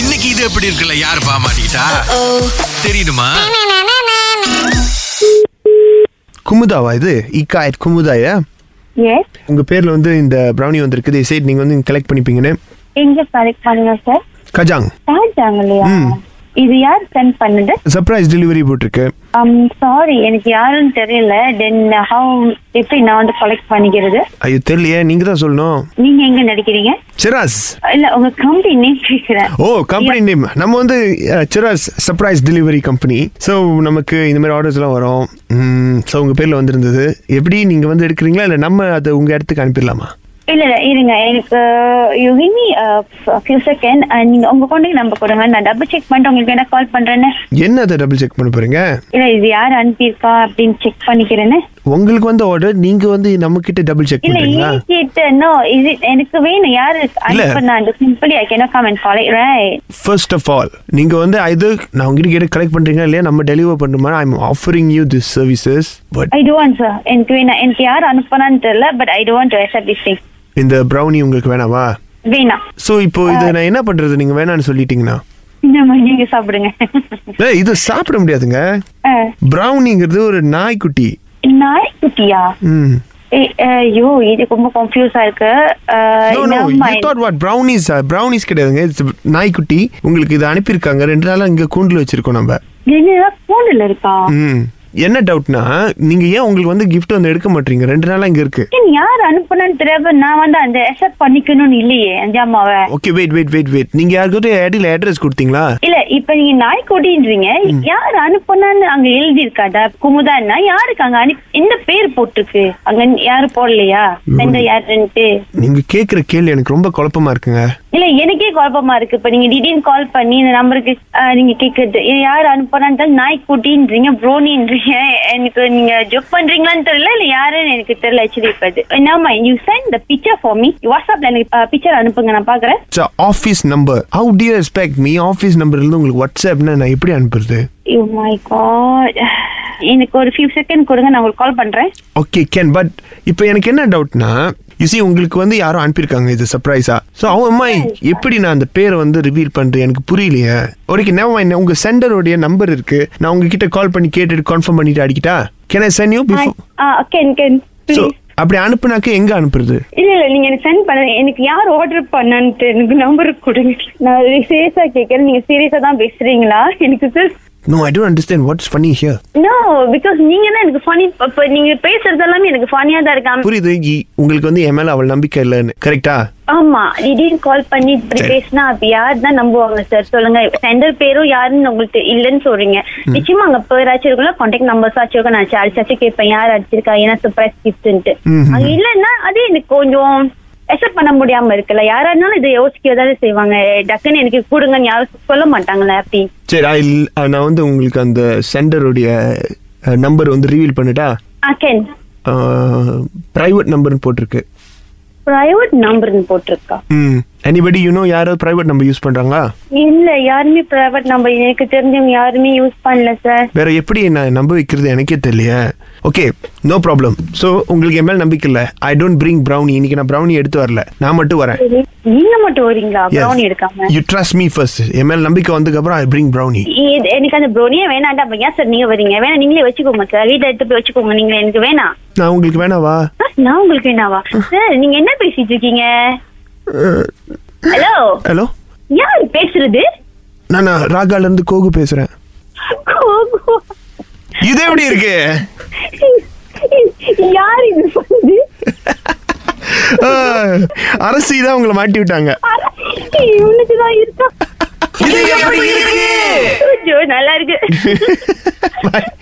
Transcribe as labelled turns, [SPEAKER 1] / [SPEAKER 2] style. [SPEAKER 1] இன்னைக்கு இது எப்படி இருக்குல்ல யாரு பாமாட்டா தெரியுமா
[SPEAKER 2] குமுதாவா இது இக்காயத் குமுதாயா
[SPEAKER 3] எஸ்
[SPEAKER 2] உங்க பேர்ல வந்து இந்த ப்ரௌனி வந்திருக்கு இதை சைட் நீங்க வந்து கலெக்ட் பண்ணிப்பீங்கன்னு
[SPEAKER 3] எங்க கலெக்ட் பண்ணுங்க சார்
[SPEAKER 2] கஜாங்
[SPEAKER 3] ஸ்டார்ட் இல்லையா இது யார் சென்ட் பண்ணது
[SPEAKER 2] சர்ப்ரைஸ் டெலிவரி போட்டிருக்கு
[SPEAKER 3] சாரி எனக்கு யாருன்னு தெரியல தென் ஹவு எப்படி நான் வந்து கலெக்ட் பண்ணிக்கிறது
[SPEAKER 2] ஐயோ தெரியலையே நீங்க தான் சொல்லணும்
[SPEAKER 3] நீங்க எங்க நடிக்கிறீங்க
[SPEAKER 2] சிராஸ்
[SPEAKER 3] இல்ல உங்க கம்பெனி நேம் கேக்குறேன்
[SPEAKER 2] ஓ கம்பெனி நேம் நம்ம வந்து அஹ், சிராஸ் சர்ப்ரைஸ் டெலிவரி கம்பெனி ஸோ நமக்கு இந்த மாதிரி ஆர்டர்ஸ்லாம் வரும் ஸோ உங்க பேர்ல வந்திருந்தது எப்படி நீங்க வந்து எடுக்கிறீங்களா இல்லை நம்ம அதை உங்க இடத்துக்கு அனுப்பிடலாமா
[SPEAKER 3] இல்ல இல்ல இருங்க எனக்கு you give me uh, a few second நீங்க உங்க கான்டாக்ட் நம்பர் கொடுங்க நான் டபுள் செக் பண்ணிட்டு உங்களுக்கு என்ன கால் பண்றேன்னு
[SPEAKER 2] என்ன அதை டபுள் செக் பண்ண போறீங்க
[SPEAKER 3] இல்ல இது யார் அனுப்பியிருக்கா அப்படின்னு செக் பண்ணிக்கிறேன்னு
[SPEAKER 2] உங்களுக்கு வந்து ஆர்டர் நீங்க வந்து நம்ம கிட்ட டபுள் செக்
[SPEAKER 3] இல்ல
[SPEAKER 2] பண்றீங்களா
[SPEAKER 3] இனிஷியேட் நோ இது எனக்கு வேணும் யாரு
[SPEAKER 2] இல்ல.
[SPEAKER 3] அனுப்புனாங்க simply I cannot comment follow right
[SPEAKER 2] first of all நீங்கள் வந்து இது நான் உங்ககிட்ட கேட்டு கலெக்ட் பண்ணுறீங்களா இல்லையா நம்ம டெலிவர் பண்ணுமா I am offering you this services but
[SPEAKER 3] I don't sir எனக்கு வேணாம் எனக்கு யார் அனுப்புனான்னு தெரியல but I don't accept this thing
[SPEAKER 2] இந்த ப்ரௌனி உங்களுக்கு வேணாமா
[SPEAKER 3] வேணாம்
[SPEAKER 2] ஸோ இப்போ இதை நான் என்ன பண்ணுறது நீங்கள் வேணான்னு சொல்லிட்டீங்கன்னா
[SPEAKER 3] நம்ம நீங்க சாப்பிடுங்க
[SPEAKER 2] ஏய், இதை சாப்பிட முடியாதுங்க
[SPEAKER 3] அஹ்,
[SPEAKER 2] ப்ரௌனிங்கிறது ஒரு நாய்க்குட்டி
[SPEAKER 3] நாய்க்குட்டியா
[SPEAKER 2] ம்
[SPEAKER 3] ஏய், ஐயோ இது ரொம்ப கன்ஃபியூஸா இருக்கு அஹ்,
[SPEAKER 2] No, no,
[SPEAKER 3] never
[SPEAKER 2] you
[SPEAKER 3] mind.
[SPEAKER 2] thought what? brownies ah? brownies கிடையாதுங்க It's a நாய்க்குட்டி உங்களுக்கு இது அனுப்பியிருக்காங்க ரெண்டு நாளாக இங்கே கூண்டில் வச்சிருக்கோம் நம்ம
[SPEAKER 3] என்னடா பூண்டுல இருக்கா
[SPEAKER 2] ம் என்ன டவுட்னா நீங்கள் ஏன் உங்களுக்கு வந்து gift வந்து எடுக்க மாட்டீங்க ரெண்டு நாளாக இங்கே இருக்கு
[SPEAKER 3] ஏன் யார் அனுப்புனான்னு தெரியாம நான் வந்து அந்த accept பண்ணிக்கணும்னு இல்லையே அந்த அம்மாவை
[SPEAKER 2] okay wait wait wait wait நீங்கள் யாருக்கிட்ட ஐடியில் அட்ரஸ் கொடுத்தீங்களா
[SPEAKER 3] இல்ல இப்ப நீங்க நாய்க்குட்டின்றீங்க யார் அனுப்புனான்னு அங்க எழுதி இருக்காதா குமுதான்னா யாருக்கு அங்க அனுப்பி எந்த பேர் போட்டிருக்கு அங்க யாரும் போடலையா எந்த யாருன்ட்டு
[SPEAKER 2] நீங்க கேக்குற கேள்வி எனக்கு ரொம்ப குழப்பமா இருக்குங்க
[SPEAKER 3] இல்ல எனக்கே குழப்பமா இருக்கு இப்ப நீங்க திடீர்னு கால் பண்ணி இந்த நம்பருக்கு நீங்க கேக்குறது ஏ, யார் அனுப்புறான்னு நாய்க்குட்டின்றீங்க ப்ரோனின்றீங்க எனக்கு நீங்க ஜொக் பண்றீங்களான்னு தெரியல இல்ல யாருன்னு எனக்கு தெரியல ஆக்சுவலி இப்ப அது என்னமா you sent the picture for me வாட்ஸ்அப்ல எனக்கு பிக்சர் அனுப்புங்க நான் பாக்குறேன்
[SPEAKER 2] office number how due respect me office நம்பர்ல இருந்து உங்களுக்கு வாட்ஸ்அப்னா நான் எப்படி அனுப்புறது
[SPEAKER 3] யூ மை காட் Oh எனக்கு ஒரு ஃபியூ செகண்ட் கொடுங்க நான் உங்களுக்கு கால் பண்றேன்
[SPEAKER 2] ஓகே கேன் பட் இப்போ எனக்கு என்ன டவுட்னா யூசி உங்களுக்கு வந்து யாரும் அனுப்பியிருக்காங்க இது சர்ப்ரைஸா ஸோ அவன் அம்மா எப்படி நான் அந்த பேரை வந்து ரிவீல் பண்ணுறேன் எனக்கு புரியலையே ஓகே நான் என்ன உங்கள் சென்டருடைய நம்பர் இருக்கு நான் உங்ககிட்ட கால் பண்ணி கேட்டுட்டு கன்ஃபார்ம் பண்ணிட்டு அடிக்கிட்டா can I sent you before
[SPEAKER 3] can can
[SPEAKER 2] so அப்படி அனுப்புனாக்க எங்கே அனுப்புறது
[SPEAKER 3] இல்ல இல்ல நீங்க எனக்கு சென்ட் பண்ண எனக்கு யார் ஆர்டர் பண்ணான்ட்டு எனக்கு நம்பர் கொடுங்க நான் சீரியஸா கேக்குறேன் நீங்க சீரியஸா தான் பேசுறீங்களா எனக்கு sir
[SPEAKER 2] no I don't understand what's பண்ணி ஹியர்
[SPEAKER 3] நோ பிகாஸ் நீங்க தான் எனக்கு ஃபனி இப்ப நீங்க பேசுறது எல்லாமே எனக்கு ஃபனியா தான் இருக்காம
[SPEAKER 2] புரியுது இ- உங்களுக்கு வந்து என் மேலே அவள் நம்பிக்கை இல்லைன்னு கரெக்டா
[SPEAKER 3] ஆமா திடீர்னு கால் பண்ணி இப்படி
[SPEAKER 2] சரி.
[SPEAKER 3] பேசினா அப்ப யார் தான் நம்புவாங்க சார் சொல்லுங்க சென்டர் பேரும் யாருன்னு உங்களுக்கு இல்லைன்னு சொல்றீங்க நிச்சயமா அங்க பேராச்சும் இருக்குல்ல கான்டாக்ட் நம்பர்ஸ் ஆச்சும் இருக்கும் நான் அடிச்சாச்சும் கேட்பேன் யார் அடிச்சிருக்கா ஏன்னா சர்ப்ரைஸ் கிஃப்ட்ன்ட்டு
[SPEAKER 2] ம்ஹும்.
[SPEAKER 3] அது இல்லைன்னா அது எனக்கு கொஞ்சம் accept பண்ண முடியாம இருக்குல்ல யாரா இருந்தாலும் இதை யோசிக்க தானே செய்வாங்க டக்குன்னு எனக்கு கொடுங்கன்னு யாரும் சொல்ல மாட்டாங்களே அப்படி
[SPEAKER 2] சரி I will- அஹ் நான் வந்து உங்களுக்கு அந்த சென்டருடைய நம்பர் வந்து ரிவீல் பண்ணிட்டா
[SPEAKER 3] அகேன்
[SPEAKER 2] ப்ரைவேட் நம்பர்னு போட்டிருக்கு
[SPEAKER 3] பிரைவேட் நம்பர்னு போட்டிருக்கா
[SPEAKER 2] ம் எனிபடி யூனோ யாராவது ப்ரைவேட் நம்பர் யூஸ் பண்ணுறாங்களா
[SPEAKER 3] இல்ல யாருமே பிரைவேட் நம்பர் எனக்கு தெரிஞ்சவங்க யாருமே யூஸ் பண்ணல சார்
[SPEAKER 2] வேற எப்படி நான் நம்ப வைக்கிறது எனக்கே தெரியலையே ஓகே நோ ப்ராப்ளம் ஸோ உங்களுக்கு என் மேலே நம்பிக்கை இல்லை ஐ டோன்ட் பிரிங் brownie இன்னைக்கு நான் brownie எடுத்து வரல நான் மட்டும் வரேன்
[SPEAKER 3] நீங்க மட்டும் வரீங்களா ப்ரௌனி எடுக்காம
[SPEAKER 2] யூ ட்ரஸ்ட் மீ ஃபர்ஸ்ட் என் மேலே நம்பிக்கை வந்ததுக்கப்புறம் ஐ பிரிங் brownie
[SPEAKER 3] இது- எனக்கு அந்த ப்ரௌனியே வேணாண்டா அப்ப ஏன் சார் நீங்க வரீங்க வேணா நீங்களே வச்சுக்கோங்க சார் வீட்டுல எடுத்து போய் வச்சுக்கோங்க நீங்களே எனக்கு வேணாம்
[SPEAKER 2] நான் உங்களுக்கு வேணாவா
[SPEAKER 3] ஆ, நான் உங்களுக்கு வேணாவா சார் நீங்க என்ன பேசிட்டு இருக்கீங்க
[SPEAKER 2] Uh,
[SPEAKER 3] ஹலோ
[SPEAKER 2] ஹலோ
[SPEAKER 3] யார் பேசுறது
[SPEAKER 2] நான் நான் ராகாலேருந்து கோகு பேசுகிறேன்
[SPEAKER 3] கோகு.
[SPEAKER 2] இது எப்படி இருக்கு
[SPEAKER 3] யார் இது பண்ணுது
[SPEAKER 2] ஆஹ், Uh, அரசி தான் உங்களை மாட்டி விட்டாங்க
[SPEAKER 3] இவனுக்கு தான் இருக்கா
[SPEAKER 2] இது எப்படி இருக்கு
[SPEAKER 3] ஐயோ, நல்லா இருக்கு
[SPEAKER 2] Bye.